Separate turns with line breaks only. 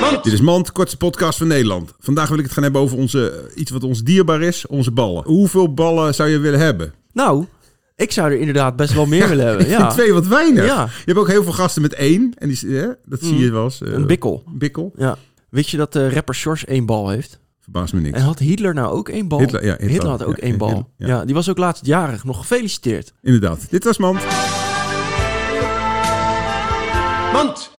Mand!
Dit is Mand, kortste podcast van Nederland. Vandaag wil ik het gaan hebben over onze, eh, iets wat ons dierbaar is, onze ballen. Hoeveel ballen zou je willen hebben?
Nou, ik zou er inderdaad best wel meer willen hebben. Ja.
Twee wat weinig.
Ja. Mm.
Je hebt ook heel veel gasten met één. En die, is- hè, dat zie je wel eens. eh,
Een bikkel.
bikkel.
Ja. Weet je dat eh rapper Sjors één bal heeft?
Verbaast me niks.
En had Hitler nou ook één bal?
Hitler, ja, Hitler.
had ook
Ja,
één bal.
Hitler,
ja.
ja.
die was ook laatst jarig. Nog gefeliciteerd.
Inderdaad. Dit was Mand.
Mand!